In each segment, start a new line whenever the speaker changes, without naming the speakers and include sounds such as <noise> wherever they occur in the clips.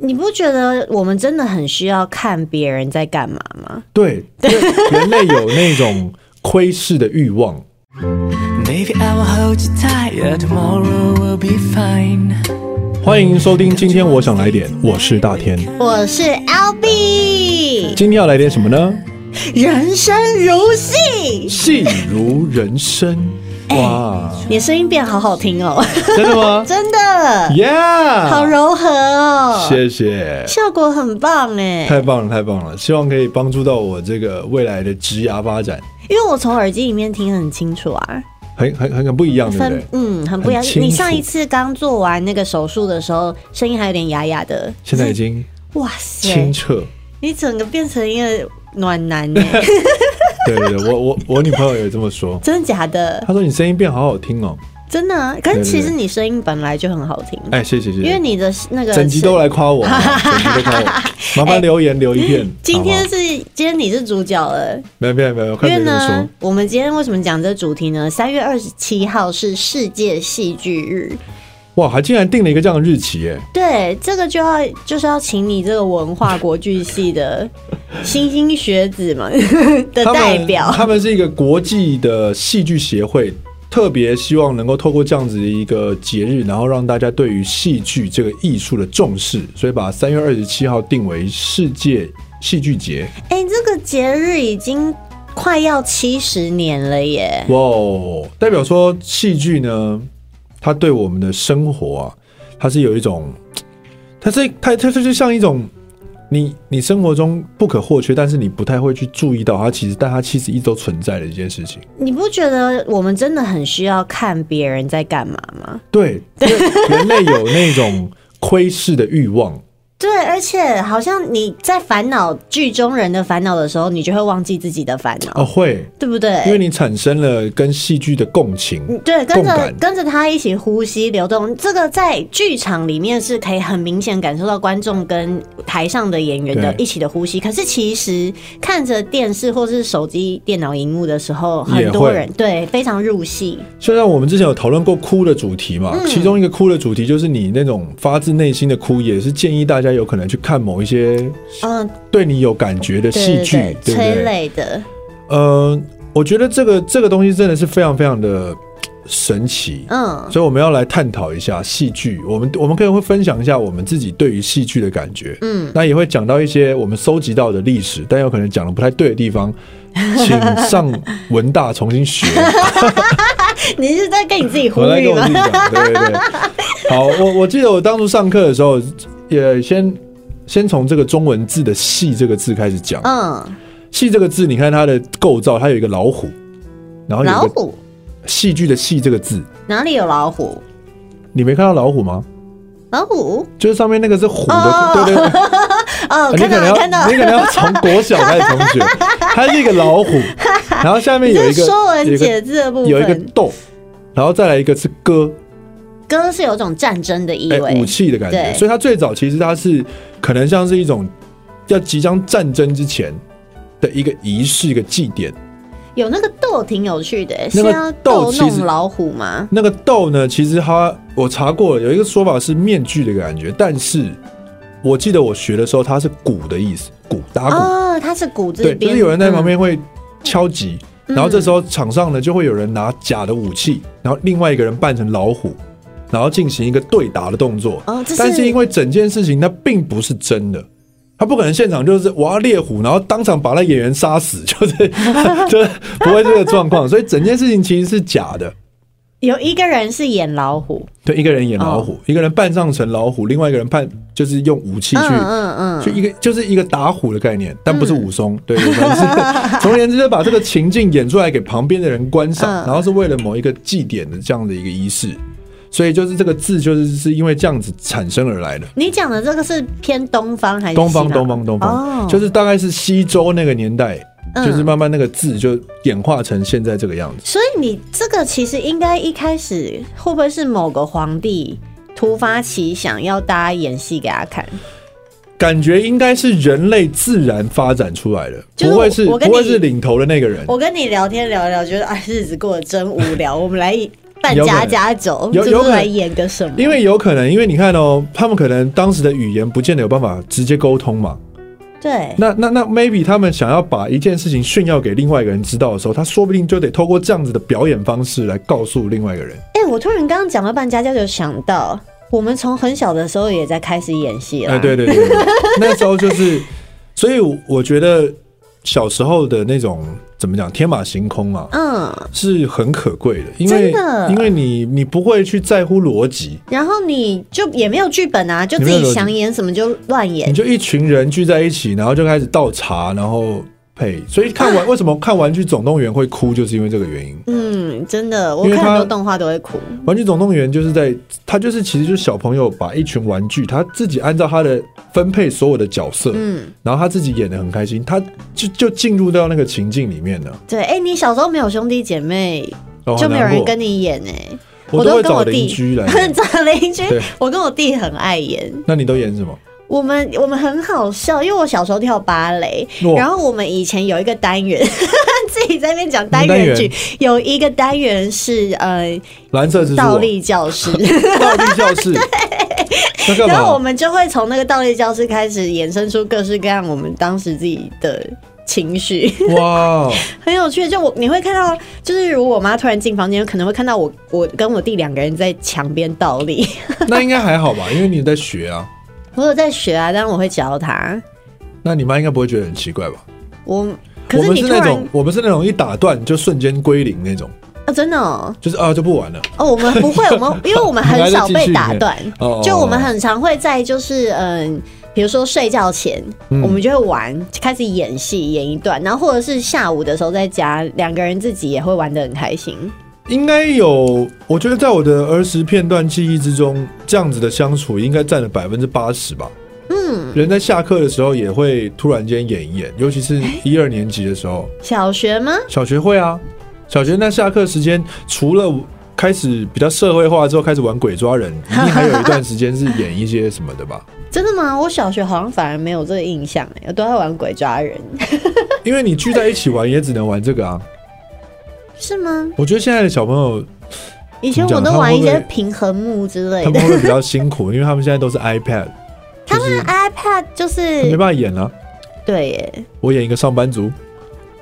你不觉得我们真的很需要看别人在干嘛吗？ <laughs>
对，因为人类有那种窥视的欲望。
Baby, I will hold you tight. Yeah, tomorrow will be fine.
欢迎收听，今天我想来点，我是大天。
我是 L B，
今天要来点什么呢？
人生如戏。
戏如人生。
哎
哇，
你的声音变好好听 <laughs> 哦，
真的吗
真的，
？Yeah，
好柔和哦，
谢谢，
效果很棒哎。
太棒了，太棒了！希望可以帮助到我这个未来的职涯发展，
因为我从耳机里面听很清楚啊，
很很很很不一样，对不
分
对？
嗯很不一样
很。清楚
你上一次刚做完那个手术的时候，声音还有点哑哑的，
现在已经
哇塞，
清澈。
你整个变成一个暖男哎，
<laughs> 对对对，我我我女朋友也这么说，
真的假的？
她说你声音变好好听哦。
真的啊，可是
对对
其实
对
你声音本来就很好听，
哎，谢谢谢谢。
因为你的那个
整集都来夸我，好不好整集都
<laughs>
夸我，麻烦留言留一片。
哎今天
好不好
是今天你是主角了，
没有没有没有，快
因为
点这么
呢
说。，
我们今天为什么讲这个主题呢？三月二十七号是世界戏剧日，
哇，还竟然定了一个这样的日期耶！
对，这个就要就是要请你这个文化国剧系的莘莘学子们 <laughs> 的
他们
代表，
他们是一个国际的戏剧协会，特别希望能够透过这样子的一个节日，然后让大家对于戏剧这个艺术的重视，所以把三月二十七号定为世界戏剧节。
哎、这个节日已经快要七十年了耶，
哇哦，代表说戏剧呢，它对我们的生活啊，它是有一种，它是它它它就像一种你你生活中不可或缺，但是你不太会去注意到它，其实但它其实一直都存在的一件事情。
你不觉得我们真的很需要看别人在干嘛吗？
对，因为人类有那种窥视的欲望。
对，而且好像你在烦恼剧中人的烦恼的时候，你就会忘记自己的烦恼，
哦，会，
对不对？
因为你产生了跟戏剧的共情，
对，跟
共
着
感
跟着他一起呼吸流动，这个在剧场里面是可以很明显感受到观众跟台上的演员的
对
一起的呼吸。可是其实看着电视或是手机、电脑荧幕的时候，
也
很多
会
人对非常入戏。
就像我们之前有讨论过哭的主题嘛，其中一个哭的主题就是你那种发自内心的哭，也是建议大家有可能去看某一些
嗯，
对你有感觉的
对
戏剧，
对对，
对
催
不对？
泪的，
呃，我觉得这个这个东西真的是非常非常的神奇，
嗯，
所以我们要来探讨一下戏剧。我们我们可以会分享一下我们自己对于戏剧的感觉，嗯，那也会讲到一些我们搜集到的历史，但有可能讲的不太对的地方，请上文大重
<laughs>
新学。
你是在跟你自己呼
我在
吁
跟
吗
我自己？讲，对对对。好，我我记得我当初上课的时候，也先先从这个中文字的“戏”这个字开始讲。
嗯，
戏这个字，你看它的构造，它有一个老虎，然后有
老
一个
虎
戏剧的“戏”这个字，
哪里有老虎？
你没看到老虎吗？
老虎
就是上面那个是虎的，
哦
对对
<laughs> 哦，
对，呃你
看
可
到
能要
了看到了
你，可能
<laughs>
要从国小开始同学，它是一个老虎，然后下面有
这
一
是
个
《说
有
文
一个
解字》的部
有一个
分，
豆，然后再来一个是歌，
歌是有种战争的意
哎、
味，
武器的感觉。
对
所以它最早其实它是可能像是一种要即将战争之前的一个仪式、一个祭典。
有那个斗挺有趣的、
那个
是要
斗
斗
其实
弄老虎吗？
那个斗呢，其实它我查过了有一个说法是面具的感觉，但是我记得我学的时候它是鼓的意思，鼓打鼓，
哦，它是骨字
对，
边，
就是有人在旁
嗯。
边会敲击。然后这时候场上呢，就会有人拿假的武器，然后另外一个人扮成老虎，然后进行一个对打的动作。
哦，这是
但是因为整件事情它并不是真的，他不可能现场就是我要猎虎，然后当场把那演员杀死，就是 <laughs> 就是不会这个状况，所以整件事情其实是假的。
有一个人是演老虎，
对，一个人演老
哦
虎，一个人扮上成老虎，另外一个人扮就是用武器去
嗯嗯
就一个就是一个打虎的概念，但不是武松，对对，反正
<laughs>
是总而言之，就把这个情境演出来给旁边的人观赏，
嗯
然后是为了某一个祭典的这样的一个仪式，所以就是这个字就是是因为这样子产生而来的。
你讲的这个是偏东方还是
东方
西，南
东方，东方，
哦
就是大概是西周那个年代，
嗯
就是慢慢那个字就演化成现在这个样子。
所以你这个其实应该一开始会不会是某个皇帝突发奇想要大家演戏给他看？
感觉应该是人类自然发展出来的，
就是
不会是
我
不
跟你
会是领头的那个人。 <laughs>
我跟你聊天聊一聊，觉得哎，日子过得真无聊，我们来扮
有可
家
能
家酒，
有有
就
可
是
能
来演个什么？
因为有可能，因为你看哦，他们可能当时的语言不见得有办法直接沟通嘛。
对，
那那那，maybe 他们想要把一件事情炫耀给另外一个人知道的时候，他说不定就得透过这样子的表演方式来告诉另外一个人。
哎、我突然刚刚讲到扮家家酒，想到我们从很小的时候也在开始演戏了、
哎、对对
<laughs>
对，对那时候就是，所以我觉得小时候的那种怎么讲，天马行空啊，
嗯，
是很可贵的，因为
真的
因为你你不会去在乎逻辑，
然后你就也没有剧本啊，就
你
自
没有
己
逻辑
想演什么就乱
你
演。
就一群人聚在一起，然后就开始倒茶，然后配。所以看完、为什么看《玩具总动员》会哭，就是因为这个原因。
嗯，真的，我
因为
看很多
他
动画都会哭。
《玩具总动员》就是在他就是其实就是小朋友把一群玩具，他自己按照他的分配所有的角色，
嗯，
然后他自己演的很开心，他就就进入到那个情境里面了。
对，哎、你小时候没有兄弟姐妹，
哦
就没有
很难
人
过
跟你演哎、都
我都会
跟
找
我
邻
弟
居来
<laughs>
演。
找邻居
对，
我跟我弟很爱演。
那你都演什么？
我们我们很好笑，因为我小时候跳芭蕾，
哇
然后我们以前有一个单元， <laughs> 自己在那边讲单
单
元
元
剧，有一个单元是呃
蓝色蜘蛛
倒
网，
立教
<laughs>
室，
倒立教
<laughs>
室。那干
然后我
嘛？
们就会从那个倒立教室开始衍生出各式各样我们当时自己的情绪， <laughs>
哇，
很有趣。就我你会看到，就是如果我妈突然进房间，可能会看到我我跟我弟两个人在墙边倒立。 <laughs>
那应该还好吧？因为你在学啊，
我有在学啊，但我会教他。
那你妈应该不会觉得很奇怪吧？
我可
我
是
们
你
是
突
那
然
种，我们是那种一打断就瞬间归零那种，
啊，真的、哦。
就是啊就不玩了。
哦，我们不
<laughs>
会，我们因为我们很少被打断
哦，
就我们很常会在就是嗯。比如说睡觉前，
嗯
我们就会玩，开始演戏演一段，然后或者是下午的时候在家，两个人自己也会玩的很开心。
应该有，我觉得在我的儿时片段记忆之中，这样子的相处应该占了百分之八十吧。嗯，人在下课的时候也会突然间演一演，尤其是一二年级的时候，
小学吗？
小学会啊，小学那下课时间除了。开始比较社会化之后，开始玩鬼抓人，一定还有一段时间是演一些什么的吧？
真的吗？我小学好像反而没有这个印象、欸，我都在玩鬼抓人，
因为你聚在一起玩，也只能玩这个啊。
是吗？
我觉得现在的小朋友
以前我都玩一
他
些
们会不会
平衡木之类
他
的
们，会不会比较辛苦？因为他们现在都是 iPad，
他们 iPad 就
没
是
办法演了、啊
对耶、
我演一个上班族，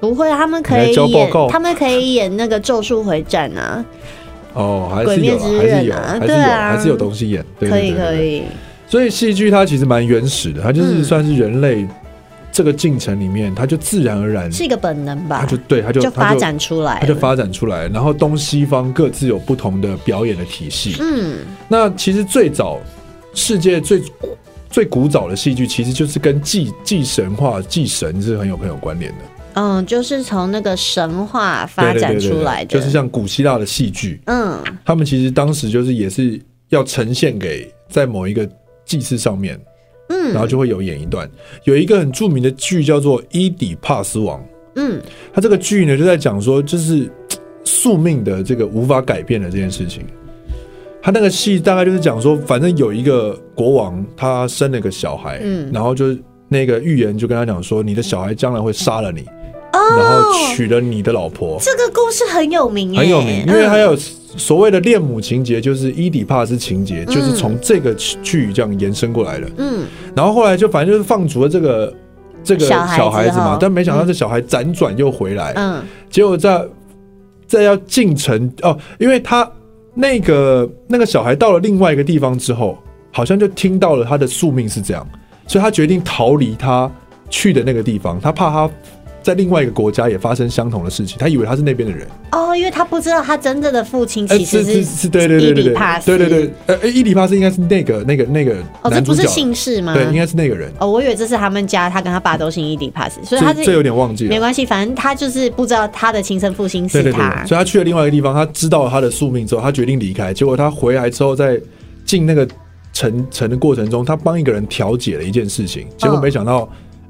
不会，他们可
你来
以
交报
演
告，
他们可以演那个《咒术回战》啊，
哦，还
鬼
是
灭
有啦，
之
还是
刃
有，
啊
还是
对
有，
啊
还是有东西演。对
可以可。
对对对
以。
所以戏剧它其实蛮原始的，它就是
嗯
算是人类这个进程里面，它就自然而然，
是一个本能
它
吧，
就对，它就
就
它
发
就
展出来
它就
了。
发展出来，然后东西方各自有不同的表演的体系。
嗯，
那其实最早世界最最古早的戏剧，其实就是跟祭祭神话、祭神是很有很有关联的。
嗯，就是从那个神话发
对对
展
对对
出
对
来的，
就是像古希腊的戏剧，
嗯，
他们其实当时就是也是要呈现给在某一个祭祀上面，
嗯，
然后就会有演一段。有一个很著名的剧叫做《伊底帕斯王》，
嗯，
他这个剧呢就在讲说，就是嘖宿命的这个无法改变的这件事情。他那个戏大概就是讲说，反正有一个国王，他生了个小孩，
嗯
然后就那个预言就跟他讲说，你的小孩将来会杀了你，
哦
然后娶了你的老婆，
这个故事很有名耶，
很有名，因为
嗯
还有所谓的恋母情节，就是伊底帕斯情节，就是从这个剧这样延伸过来的。
嗯，
然后后来就反正就是放逐了这个这个
小孩
小孩子
之
嘛
后，
但没想到这小孩辗转又回来，
嗯
结果在在要进城哦，因为他那个那个小孩到了另外一个地方之后，好像就听到了他的宿命是这样，所以他决定逃离他去的那个地方，他怕他在另外一个国家也发生相同的事情，他以为他是那边的人。
哦，因为他不知道他真正的父亲
呃
其实
是是，对对对
伊
对
底
对
帕，斯，
对对对，呃，呃伊底帕斯应该是那个那个那个
哦，这
男
不
主
是
角，
姓氏吗？
对，应该是那个人，
哦，我以为这是他们家，他跟他爸都姓伊底帕斯，所以他
这这有
是
点忘记
没
了，
关系，反正他就是不知道他的亲生父亲是
对对对，
他
对所以他去了另外一个地方，他知道了他的宿命之后，他决定离开，结果他回来之后，在进那个城城的过程中，他帮一个人调解了一件事情，结果
嗯
没想到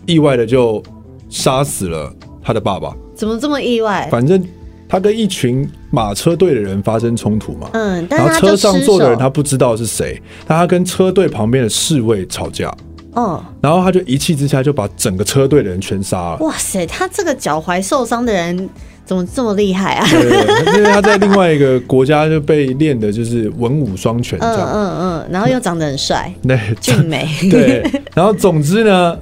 意外的就杀死了他的爸爸，
怎么这么意外？
反正他跟一群马车队的人发生冲突嘛。
嗯，但
然
是他
后车
就
上
失
坐的
手
人，他不知道是谁，但他跟车队旁边的侍卫吵架，
哦，
然后他就一气之下就把整个车队的人全杀了。
哇塞，他这个脚踝受伤的人怎么这么厉害啊？
对对对因为他在另外一个国家就被练的就是文武双全 <laughs> 这
嗯
样。
嗯嗯，然后又长得很
<laughs>
帅，
对
嗯俊美。
对，然后总之呢，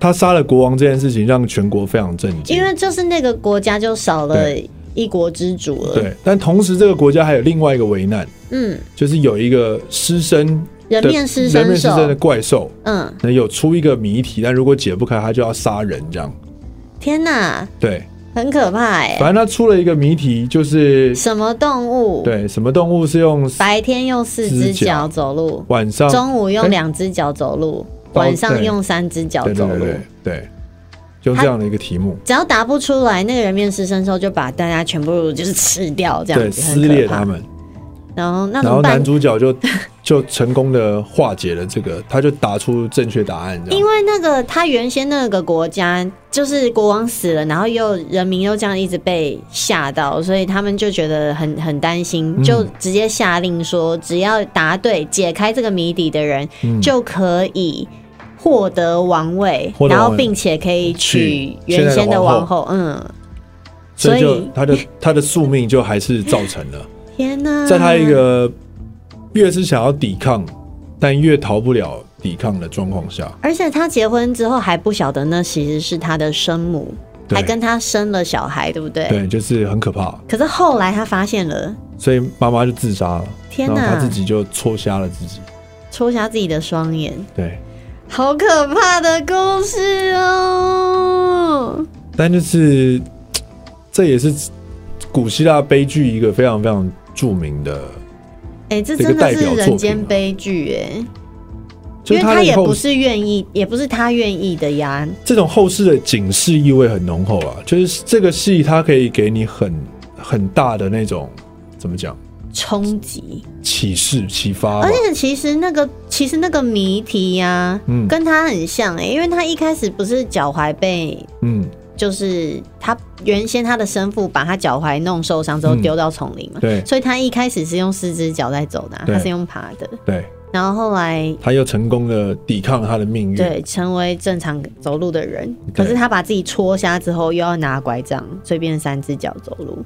他杀了国王这件事情让全国非常震
<laughs>
惊
因。为就是那个国家就少了
对
一国之主了。，
对，但同时这个国家还有另外一个危难，
嗯，
就是有一个狮身的
人面狮
人
身
面狮
兽，
身的怪兽，
嗯，
那有出一个谜题，但如果解不开，他就要杀人这样。
天哪，
对，
很可怕哎、
反正他出了一个谜题，就
<laughs>
是
什么动物？，
对什么动物是用
白天用四
四
只
脚
脚走路，
晚上
中午
哎
用两只脚走路，
哦
晚上
对
用三只脚
对对
走
对
路。
对对，就这样的一个题目，
只要答不出来，那个人面狮身兽就把大家全部就是吃掉，这
对
样子很
撕裂
可怕
他。们，
然后那怎
然
么
后
办
男？主角就就成功的化解了这个，他就答出正确答案这
因
样。
为那个他原先那个国家就是国王死了，然后又人民又这样一直被吓到，所以他们就觉得很很担心，
嗯
就直接下令说，只要答对解开这个谜底的人、
嗯
就可以。获得王位，
获得
然
王
后
位
并且可以娶
娶
原先的王
王
后。嗯，
所以
所
就
以嗯
他的他的宿命就还是造成了，
天哪！
在他一个越是想要抵抗，但越逃不了抵抗的状况下，
而且他结婚之后还不晓得那其实是他的生母，
对
还跟他生了小孩，对不对？
对，就是很可怕。
可是后来他发现了，
所以妈妈就自杀了，
天
然后
哪
他自己就戳瞎了自己。
戳瞎自己的双眼，
对，
好可怕的故事哦！
但就是嘖这也是古希腊悲剧一个非常非常著名的，
哎、这
这个
真的是
代表作品啊
人间悲剧哎、
就
因
是
为他
它的
也
后
不是愿意，也不是他愿意的呀。
这种后世的警示意味很浓厚啊，就是这个戏它可以给你很很大的那种怎么讲
冲击，
启示启发吧
而，且其实那个其实那个谜题呀、
嗯
跟他很像哎、因为他一开始不是脚踝被
嗯，
就是他原先他的生父把他脚踝弄受伤之后
嗯
丢到丛林嘛，
对
所以他一开始是用四只脚在走的啊、
对
他是用爬的，
对，
然后后来
他又成功的抵抗他的命运，
对成为正常走路的人，
嗯对
可是他把自己戳瞎之后又要拿拐杖，所以变成三只脚走路。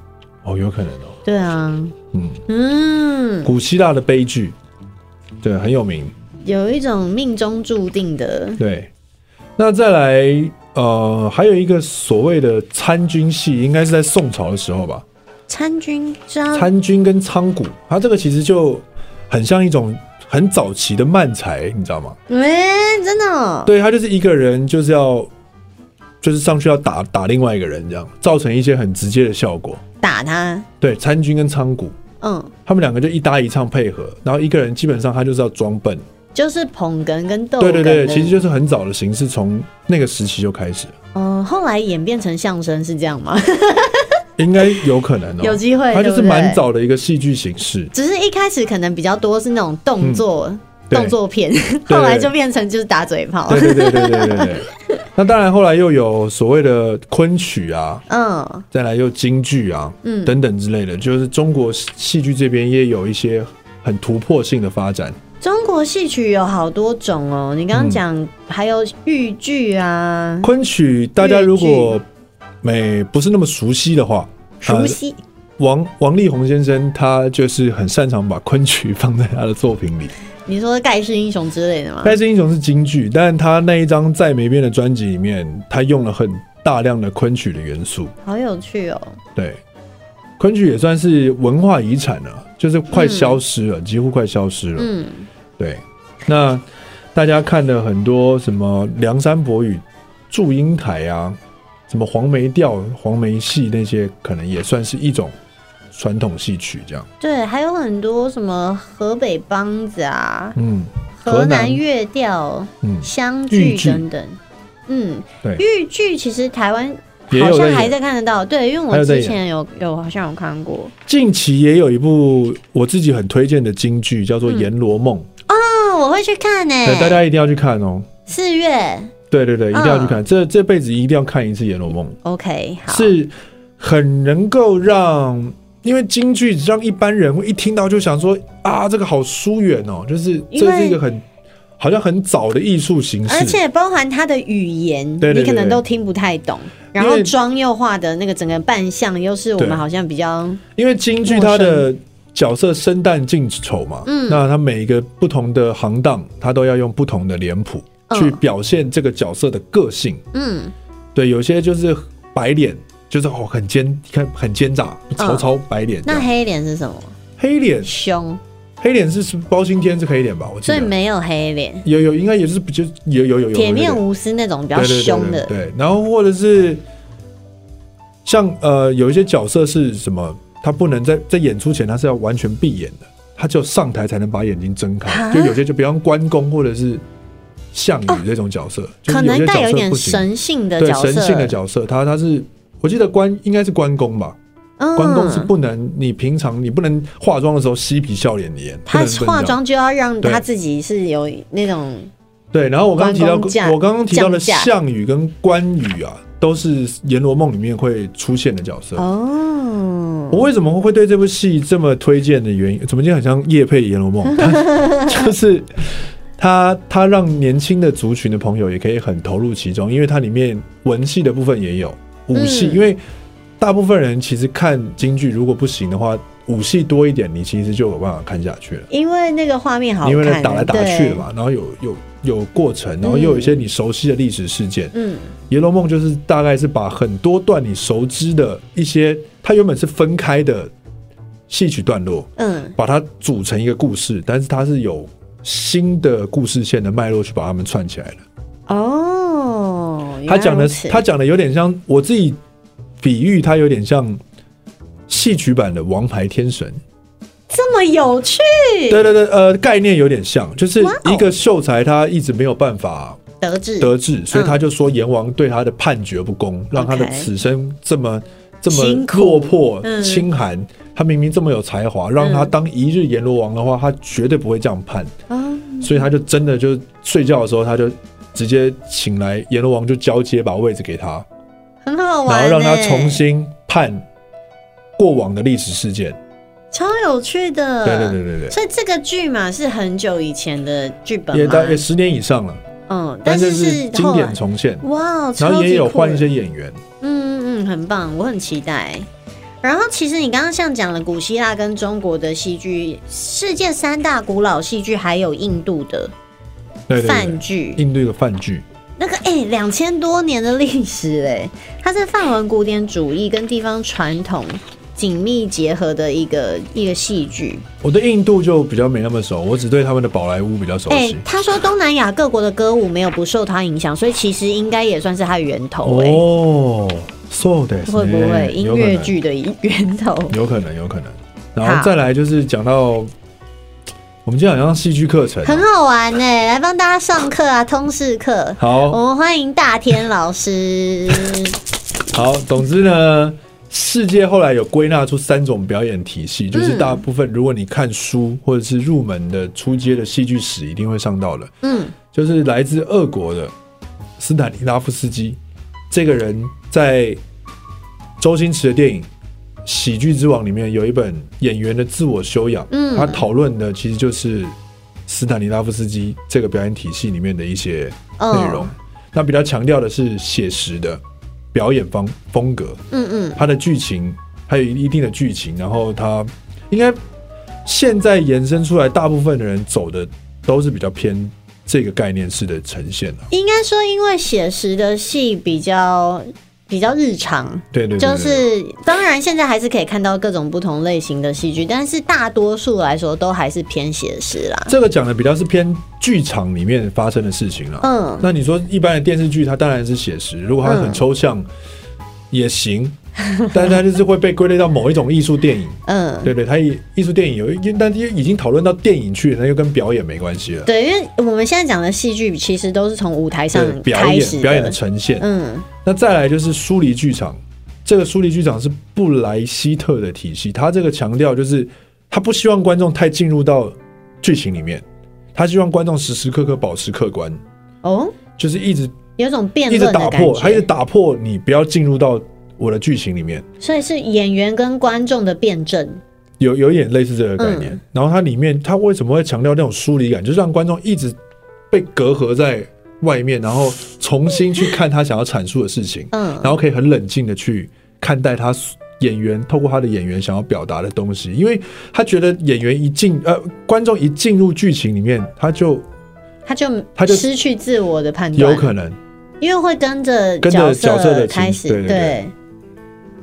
哦，有可能哦，
对啊，
嗯，
嗯，
古希腊的悲剧，对，很有名，
有一种命中注定的，
对，那再来，呃，还有一个所谓的参军戏，应该是在宋朝的时候吧。
参军章
参军跟仓谷，它这个其实就很像一种很早期的漫才，你知道吗？
哎、真的哦、
对，他就是一个人就是要就是上去要打打另外一个人，这样造成一些很直接的效果。
打他，
对，参军跟仓谷，
嗯，
他们两个就一搭一唱配合，然后一个人基本上他就是要装笨。
就是捧哏跟逗哏
对
的，
对对，其实就是很早的形式，从那个时期就开始了，
嗯、后来演变成相声是这样吗？ <laughs>
应该有可能哦、
有机会，
它就是
对不对
蛮。早的一个戏剧形式。
只是一开始可能比较多是那种动作、
嗯对
动作片，
对
后来就变成就是打嘴炮
对。对对对对对对。
<laughs>
那当然，后来又有所谓的昆曲啊，
嗯
再来又京剧啊，
嗯
等等之类的，就是中国戏剧这边也有一些很突破性的发展。
中国戏曲有好多种哦，你刚刚讲还有豫剧啊，
昆曲大家如果没不是那么熟悉的话，呃
熟悉
王王力宏先生他就是很擅长把昆曲放在他的作品里。
你说盖世英雄之类的吗
《盖？世英雄》是京剧，但他那一张再没变的专辑里面，他用了很大量的昆曲的元素。
好有趣哦，
对，昆曲也算是文化遗产了，就是快消失了，几乎快消失了。
嗯，
对，那大家看的很多什么梁山伯与祝英台啊，什么黄梅调、黄梅戏那些，可能也算是一种传统戏曲这样。
对，还有很多什么河北梆子啊、
嗯，河
河
南
南越调、
嗯，
湘
豫
剧
剧
等等，嗯，
对
豫剧其实台湾
也
好
有在
像还
演。
在看得到，对，因为
还
我
有在
之
演
前有有好像有看过
近期也有一部我自己很推荐的京剧，叫做《
嗯
阎罗梦》，
啊，我会去看呢、
对，大家一定要去看哦。
四月
对对对，一定要去
嗯
看，这这辈子一定要看一次《阎罗梦》。
，OK，好，
是很能够让，因为京剧让一般人会一听到就想说啊，这个好疏远哦，就是
因为
这是一个很好像很早的艺术形式，
而且包含他的语言，
对对对
你可能都听不太懂，然后妆又画的那个整个扮相又是我
对
们好像比较
因为京剧它的角色生旦净丑嘛，
嗯
那它每一个不同的行当，它都要用不同的脸谱
嗯
去表现这个角色的个性。
嗯
对，有些就是白脸，就是哦很奸，看很奸诈，曹操白脸这
嗯那
样。
黑脸是什么？
黑脸，
胸，
黑脸是是包青天是黑脸吧？我记
所以
得
没有黑脸，
有有应该也是就有有有有
铁面
有
无私那种比较
对对对
凶
对
的，
对，然后或者是像呃有一些角色是什么，他不能在在演出前他是要完全闭眼的，他只有上台才能把眼睛睁开，
啊
就有些就比方关公或者是项羽这种角色，就是
可
有
能
些
带
角
有一
色
点
不行，
神性的
对
角色，
神性的角色，他他是我记得关应该是关公吧，
嗯
关公是不能你平常你不能化妆的时候嬉皮笑脸的演，不
他
能不能
化
这样
妆就要让
对
他自己是有那种
对，然后我刚刚提到
关公架，
我刚刚提到的
将架
项羽跟关羽啊，都是《阎罗梦》里面会出现的角色。
哦，
我为什么会对这部戏这么推荐的原因，怎么就很像叶配《阎罗梦》
<laughs>
它？就是它它让年轻的族群的朋友也可以很投入其中，因为它里面文戏的部分也有，武戏，
嗯
因为大部分人其实看京剧如果不行的话，武戏多一点，你其实就有办法看下去了。
因为那个画面好看，
因为那打来打去的
对，
嘛，然后有有有过程，然后又有一些你熟悉的历史事件。
嗯
《阎罗梦》就是大概是把很多段你熟知的一些，它原本是分开的戏曲段落，
嗯
把它组成一个故事，但是它是有新的故事线的脉络去把它们串起来的。
哦，原来
他讲的
如此
他讲的有点像我自己比喻，它有点像戏曲版的《王牌天神》。
这么有趣，
对对对，呃，概念有点像，就是
哇哦
一个秀才他一直没有办法。
得志
得志，所以他就说阎王对他的判决不公，让他的
嗯 OK
此生这么这么
辛苦
落魄、
嗯
清寒。他明明这么有才华，让他当一日阎罗王的话，他绝对不会这样判。
啊，
所以他就真的就睡觉的时候，他就直接请来阎罗王，就交接把位置给他，
很好
然
玩
后
欸，
让他重新判过往的历史事件。
超有趣的，
对对对对对，
所以这个剧嘛是很久以前的剧本
也
吗
大也十年以上了，
嗯，
但
但
是
是
是
是
经
后来
典重现，
哇，超
然后
级
也有换
酷
一些演员。
嗯嗯，嗯，很棒，我很期待。然后，其实你刚刚像讲了古希腊跟中国的戏剧，世界三大古老戏剧，还有印度的
对对对
饭，剧，
印度的饭剧。
那个哎，两、千多年的历史哎，它是泛文古典主义跟地方传统紧密结合的一个一个戏剧。
我对印度就比较没那么熟，我只对他们的宝莱坞比较熟
哎、
悉。
他说东南亚各国的歌舞没有不受它影响，所以其实应该也算是它源头哎、
哦，そうですね
会不会音
有可
乐
能
剧的源头？
有可能，有可能。然后
好
再来就是讲到我们今天好像戏剧课程啊，
很好玩呢、来帮大家上课啊，通识课。我
好
们欢迎大天老
<laughs>
师。
好。总之呢，世界后来有归纳出三种表演体系，就是
嗯
大部分如果你看书或者是入门的初阶的戏剧史一定会上到的，
嗯，
就是来自俄国的斯坦尼拉夫斯基，这个人在周星驰的电影《喜剧之王》里面有一本《演员的自我修养》，
嗯
他讨论的其实就是斯坦尼拉夫斯基这个表演体系里面的一些内容
哦。
那比较强调的是写实的表演方风格，
嗯嗯，
它的剧情还有一定的剧情，然后它应该现在延伸出来，大部分的人走的都是比较偏这个概念式的呈现啊。
应该说，因为写实的戏比较比较日常，
对对对
就
对对
是当然现在还是可以看到各种不同类型的戏剧，但是大多数来说都还是偏写实啦。
这个讲的比较是偏剧场里面发生的事情了。啊
嗯
那你说一般的电视剧，它当然是写实，如果它很
嗯
抽象
<laughs>
也行，但是它就是会被归类到某一种艺术电影。
嗯，
对对，它也艺术电影有一，但是已经讨论到电影去了，那就跟表演没关系了。
对，因为我们现在讲的戏剧其实都是从舞台上
对，表
开
演
始
表演的呈现。
嗯
那再来就是疏离剧场，这个疏离剧场是布莱希特的体系，他这个强调就是他不希望观众太进入到剧情里面，他希望观众时时刻刻保持客观，
哦，
就是一直
有种辩
一直
论
打
的感
破，他一直
觉，
打破你不要进入到我的剧情里面，
所以是演员跟观众的辩证。
有有一点类似
嗯
这个概念。然后它里面它为什么会强调那种疏离感，就是让观众一直被隔阂在外面，然后重新去看他想要阐述的事情，
嗯
然后可以很冷静的去看待他演员透过他的演员想要表达的东西，因为他觉得演员一进呃观众一进入剧情里面，他就
他就
他就
失去自我的判断，
有可能
因为会跟着
跟着角色的情
开始
对对对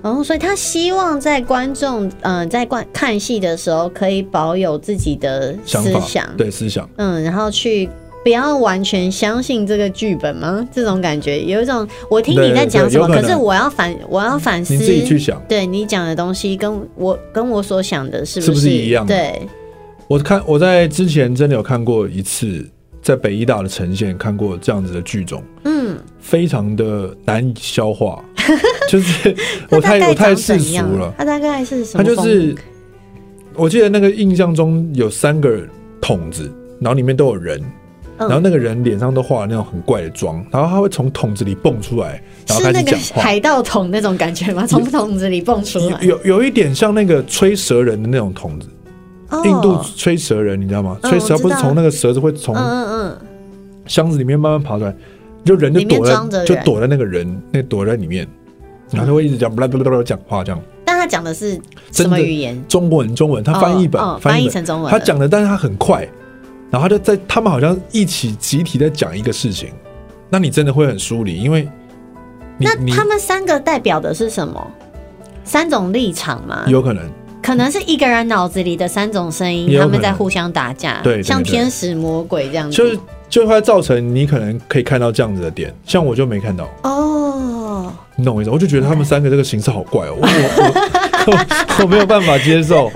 然后、所以他希望在观众，嗯、在观看戏的时候，可以保有自己的
想
思
法
想，
对思想，
嗯，然后去不要完全相信这个剧本吗？这种感觉有一种，我听你
对
在讲
对
什么，
有
可
可能
是我要反，我要反思，
你自己去想。
对你讲的东西跟我跟我所想的是
是
不
不是一样的
对，
我看我在之前真的有看过一次，在北医大的呈现看过这样子的剧种，
嗯，
非常的难以
<laughs>
消化，就是我
那大
太
概
我太
长
世
怎
俗
样
了，。
他大概是什
它
么风
就
格？
是我记得那个印象中有三个桶子，然后里面都有人。
嗯
然后那个人脸上都画了那种很怪的妆，然后他会从桶子里蹦出来，然后
是
开
那
始
个
讲话。
海盗桶那种感觉吗？从桶子里蹦出来，
有有有一点像那个吹蛇人的那种桶子，
哦
印度吹蛇人，你知道吗？
嗯
吹蛇
我知
不是
道
从那个蛇子会从
嗯嗯嗯，
箱子里面慢慢爬出来，就人就
里面
躲在
装着人
就躲在那个人那躲在里面，然后他会一直讲 blah blah blah blah 讲话这样。
但他讲的是什
真
么
的
语言？
中文中文，他翻译本、
哦哦
翻
翻
译
译
本
成中文
他
了，
讲的，但是他很快，然后他就在他们好像一起集体在讲一个事情，那你真的会很疏离，因为你
那
你
他们三个代表的是什么？三种立场嘛，
有可能
可能是一个人脑子里的三种声音
也，有
他
可
们
能
在互相打架，
对对对
像天使、魔鬼这样子。
就是就会造成你可能可以看到这样子的点，像我就没看到，
哦，
你懂我意思？我就觉得他们三个这个形式好
<laughs>
怪哦，我我我我没有办法接受。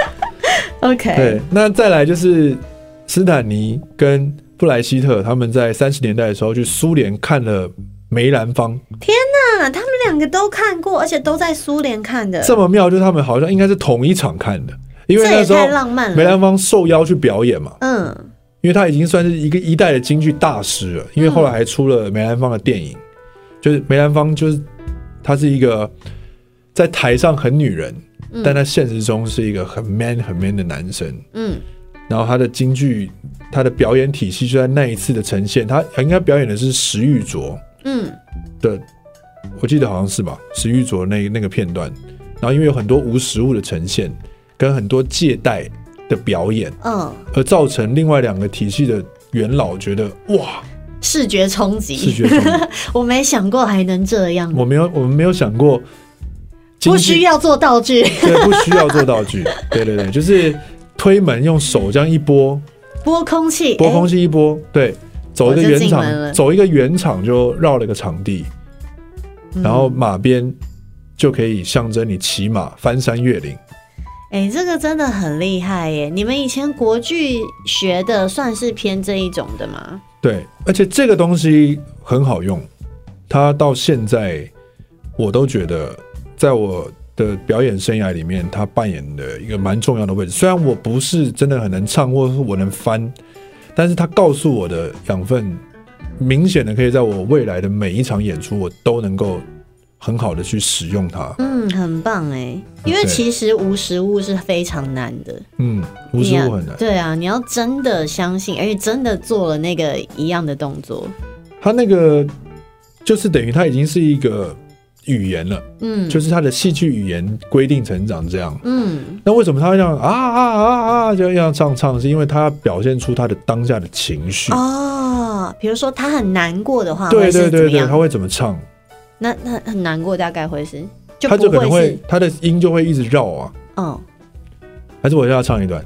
OK，
对，那再来就是斯坦尼跟布莱希特他们在三十年代的时候去苏联看了梅兰芳。
那他们两个都看过，而且都在苏联看的，
这么妙，就是他们好像应该是同一场看的，因为
这
那
也
时候
太浪漫
梅
了。
兰芳受邀去表演嘛，
嗯，
因为他已经算是一个一代的京剧大师了，因为后来还出了梅兰芳的电影，就是梅兰芳就是她是一个在台上很女人，但她现实中是一个很 man 很 man 的男生。
嗯，
然后他的京剧，他的表演体系就在那一次的呈现，他应该表演的是石玉琢，
嗯，
的，我记得好像是吧，石玉卓那那个片段，然后因为有很多无实物的呈现，跟很多借贷的表演，
嗯，
而造成另外两个体系的元老觉得哇，
视觉冲
视
击，
觉
<laughs>
冲击，
我没想过还能这样，
我没有我们没有想过，
不需
要，
要做道具，
对，不需要做道具，对对对，就是推门用手这样一拨，
播空气，
拨空
气，
气一拨，对，走一个
我就
圆
哎进
场
门，了
走一个圆场就绕了个场地，
嗯
然后马鞭就可以象征你骑马翻山越岭。
哎、这个真的很厉害耶！你们以前国剧学的算是偏这一种的吗？
对，而且这个东西很好用，它到现在我都觉得，在我的表演生涯里面，它扮演的一个蛮重要的位置。虽然我不是真的很能唱，或是我能翻，但是它告诉我的养分，明显的可以在我未来的每一场演出，我都能够很好的去使用它。
嗯，很棒哎，因为
对
其实无实物是非常难的，
嗯，无
你
实
要
物很难。
对啊，你要真的相信，而且真的做了那个一样的动作，
它那个就是等于它已经是一个语言了，
嗯
就是它的戏剧语言规定成长这样。
嗯
那为什么他会这样啊啊啊啊就这样唱唱？是因为他表现出他的当下的情绪。
哦，比如说他很难过的话，
对
会
对
是怎
对
么
对，
样？
他会怎么唱？
那那很难过，大概会是就
他就
不
可能
会
会
是，
他的音就会一直绕啊。
嗯，
还是我要唱
<laughs>
一段？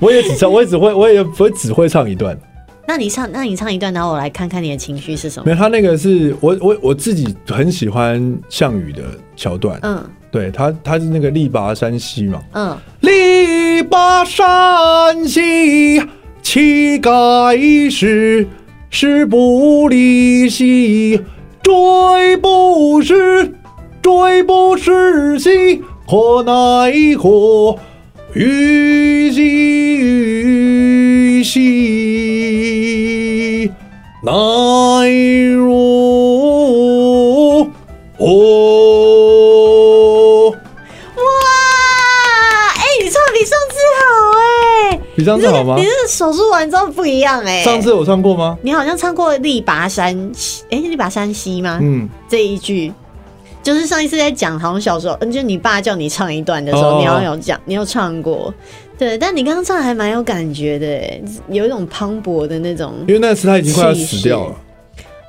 我也只唱，我也只会，我也我只会唱一段。
那你唱，那你唱一段，然后我来看看你的情绪是什
没
么。
有，他那个是我我我自己很喜欢项羽的桥段。
嗯
对他，他是那个力拔山兮嘛。
嗯，
力拔山兮，气盖世，时不利兮，追不是，追不是兮，可奈何，虞兮虞兮，奈如哦。
哇，哎、你唱比上次好哎、
比上次好吗
你？这个手术完之后不一样哎、
上次我唱过吗？
你好像唱过《力拔山西》哎，《力拔山西》吗？
嗯，
这一句。就是上一次在讲，好像小时候，嗯，就你爸叫你唱一段的时候，
哦
你好像有讲，你有唱过，对。但你刚刚唱得还蛮有感觉的欸，有一种磅礴的那种。
因为那时他已经快要死掉了，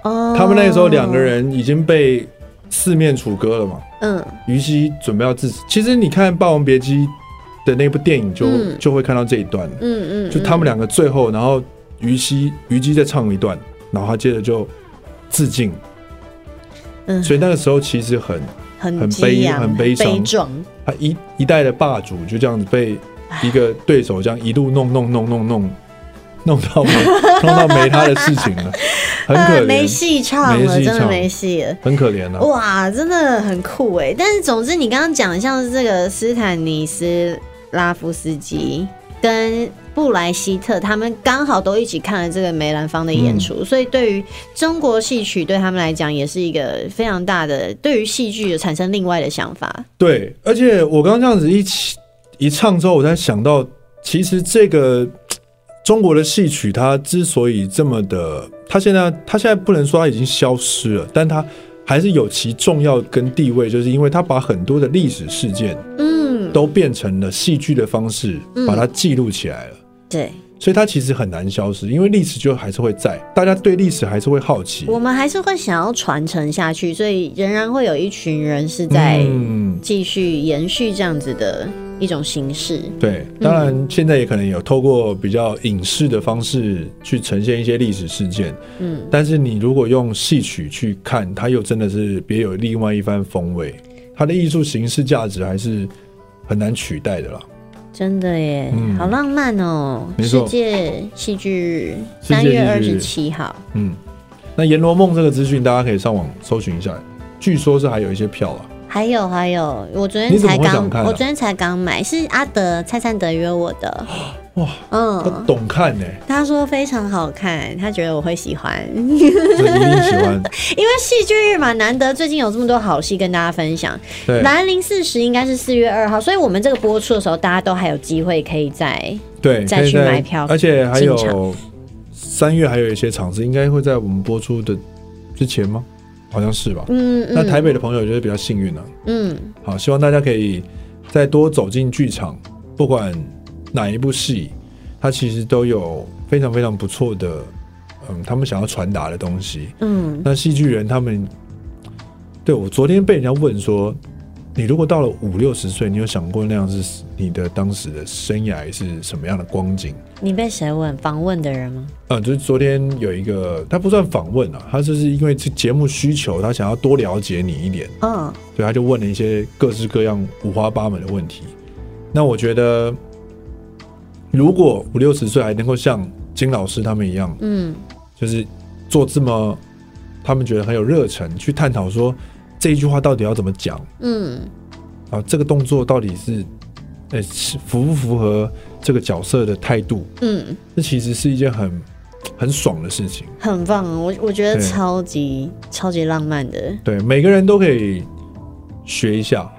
哦，
他们那时候两个，人已经被四面楚歌了嘛。
嗯，
于西准备要自死，其实你看《霸王别姬》的那部电影就、
嗯
就会看到这一段，
嗯嗯，
就他们两个最后，然后于西于姬再唱一段，然后他接着就自尽。
嗯
所以那个时候其实很，
很
很
激
悲
昂
很悲伤
壮，
他一一代的霸主就这样子被一个对手这样一路弄弄弄弄弄弄到没弄到没他的事情了，很可
<laughs> 啊没
怜，
戏唱
没
了，
戏
真的
唱
没戏了。
很可怜啊。
哇，真的很酷哎！但是总之，你刚刚讲的像是这个斯坦尼斯拉夫斯基跟布莱希特，他们刚好都一起看了这个梅兰芳的演出，所以对于中国戏曲对他们来讲也是一个非常大的，对于戏剧有产生另外的想法。
对，而且我刚刚这样子一起一唱之后，我才想到，其实这个中国的戏曲，它之所以这么的，它现在它现在不能说它已经消失了，但它还是有其重要跟地位，就是因为它把很多的历史事件
嗯，
都变成了戏剧的方式
嗯，
把它记录起来了。
对，
所以它其实很难消失，因为历史就还是会在，大家对历史还是会好奇。
我们还是会想要传承下去，所以仍然会有一群人是在
嗯
继续延续这样子的一种形式。
对，当然现在也可能有透过比较影视的方式去呈现一些历史事件，
嗯，
但是你如果用戏曲去看，它又真的是别有另外一番风味，它的艺术形式价值还是很难取代的啦。
真的耶，
嗯
好浪漫哦！
没
世
错
界戏剧
世界
三
戏剧
月二十七号，
嗯，那《阎罗梦》这个资讯大家可以上网搜寻一下，据说是还有一些票啊。
还有还有，我昨天
你怎
才
么会
刚
想，看啊
我昨天才刚买，是阿德蔡灿德约我的。
<gasps> 哇，他
嗯，
懂看呢、
他说非常好看，他觉得我会喜欢， <laughs> 因
这一定喜欢。
为戏剧日嘛，难得最近有这么多好戏跟大家分享。 <laughs>
对
兰陵四十应该是四月二号，所以我们这个播出的时候，大家都还有机会可以在
对，
再
可以
去
在
买票
而且还
进
有三月还有一些场次，应该会在我们播出的之前吗？好像是吧。
嗯嗯
那台北的朋友就是比较幸运了、啊
嗯
好，希望大家可以再多走进剧场，不管哪一部戏，它其实都有非常非常不错的，嗯，他们想要传达的东西。
嗯
那戏剧人他们，对我昨天被人家问说，你如果到了五六十岁，你有想过那样是你的当时的生涯是什么样的光景？
你被谁问？访问的人吗？
嗯，就是昨天有一个，他不算访问啊，他就是因为这节目需求，他想要多了解你一点，
嗯
所以他就问了一些各式各样五花八门的问题。那我觉得，如果五六十岁还能够像金老师他们一样，
嗯。
就是做这么他们觉得很有热忱去探讨说这一句话到底要怎么讲
嗯
啊，这个动作到底是呃是符不符合这个角色的态度，
嗯，
这其实是一件很很爽的事情。
很棒，我我觉得
对
超级超级浪漫的。
对，每个人都可以学一下。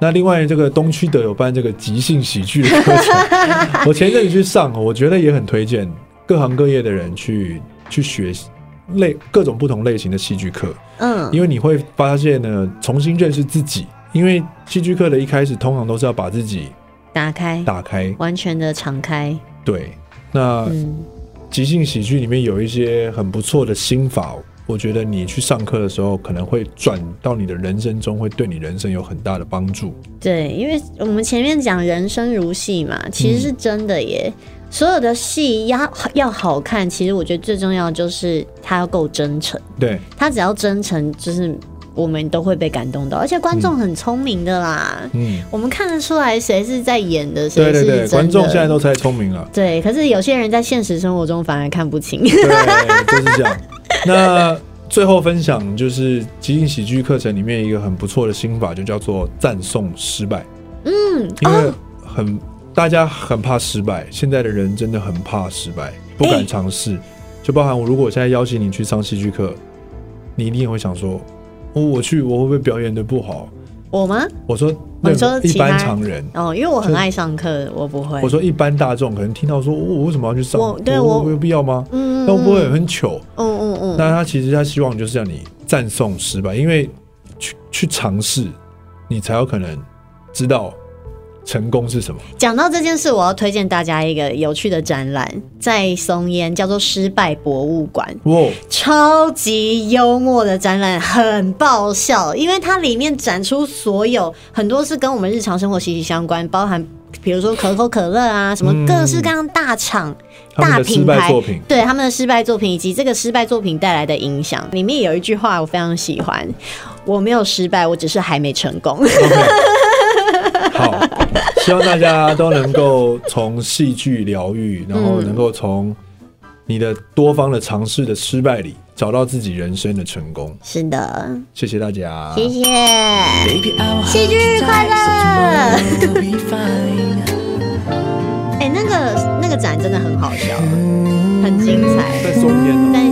那另外，这个东区的有办这个即兴喜剧的课程，我前一阵子去上，我觉得也很推荐各行各业的人去去学习类各种不同类型的戏剧课，
嗯，
因为你会发现呢，重新认识自己。因为戏剧课的一开始，通常都是要把自己
打开，
打开。
完全的敞开。
对，那
嗯
即兴喜剧里面有一些很不错的心法，我觉得你去上课的时候可能会转到你的人生中，会对你人生有很大的帮助。
对，因为我们前面讲人生如戏嘛，其实是真的耶。
嗯
所有的戏要要好看，其实我觉得最重要就是它要够真诚。
对，
它只要真诚，就是我们都会被感动到。而且观众很聪明的啦，
嗯，
我们看得出来谁是在演的，谁
对
是
对
真的。，
对，观众现在都太聪明了
对，可是有些人在现实生活中反而看不清。 <laughs>
对，就是这样。那最后分享就是即兴喜剧课程里面一个很不错的心法，就叫做赞颂失败。
哦
嗯，因为很、大家很怕失败，现在的人真的很怕失败，不敢尝试。就包含我，如果我现在邀请你去上戏剧课，你一定也会想说，哦，我去，我会不会表演的不好？
我吗？
我说
我
任
说
何一
其他
般常人。
哦，因为我很
就
爱上课，我不会。
我说一般大众可能听到说，哦我我为什么要去上？
我对我
有必要吗？
嗯，嗯
那会不会
嗯
很糗？
嗯嗯
那他其实他希望就是让你赞颂失败，因为去去尝试，你才有可能知道成功是什么。
嗯。讲到这件事，我要推荐大家一个有趣的展览，在松烟叫做失败博物馆。
哇，
超级幽默的展览，很爆笑，因为它里面展出所有很多是跟我们日常生活息息相关，包含比如说可口可乐啊，什么
嗯
各式各样大厂、
他们
大
的失
品
败
牌
作品，
对他们的失败作品以及这个失败作品带来的影响。里面有一句话我非常喜欢：我没有失败，我只是还没成功。
OK 好，希望大家都能够从戏剧疗愈，然后
嗯
能够从你的多方的尝试的失败里，找到自己人生的成功。
是的，
谢谢大家，
谢哎谢。
Baby, our
生日快乐
hearts are tied, so tomorrow will be fine.
哎、那个那个展真的很好笑，很精彩。
<laughs> 在松烟呢。
但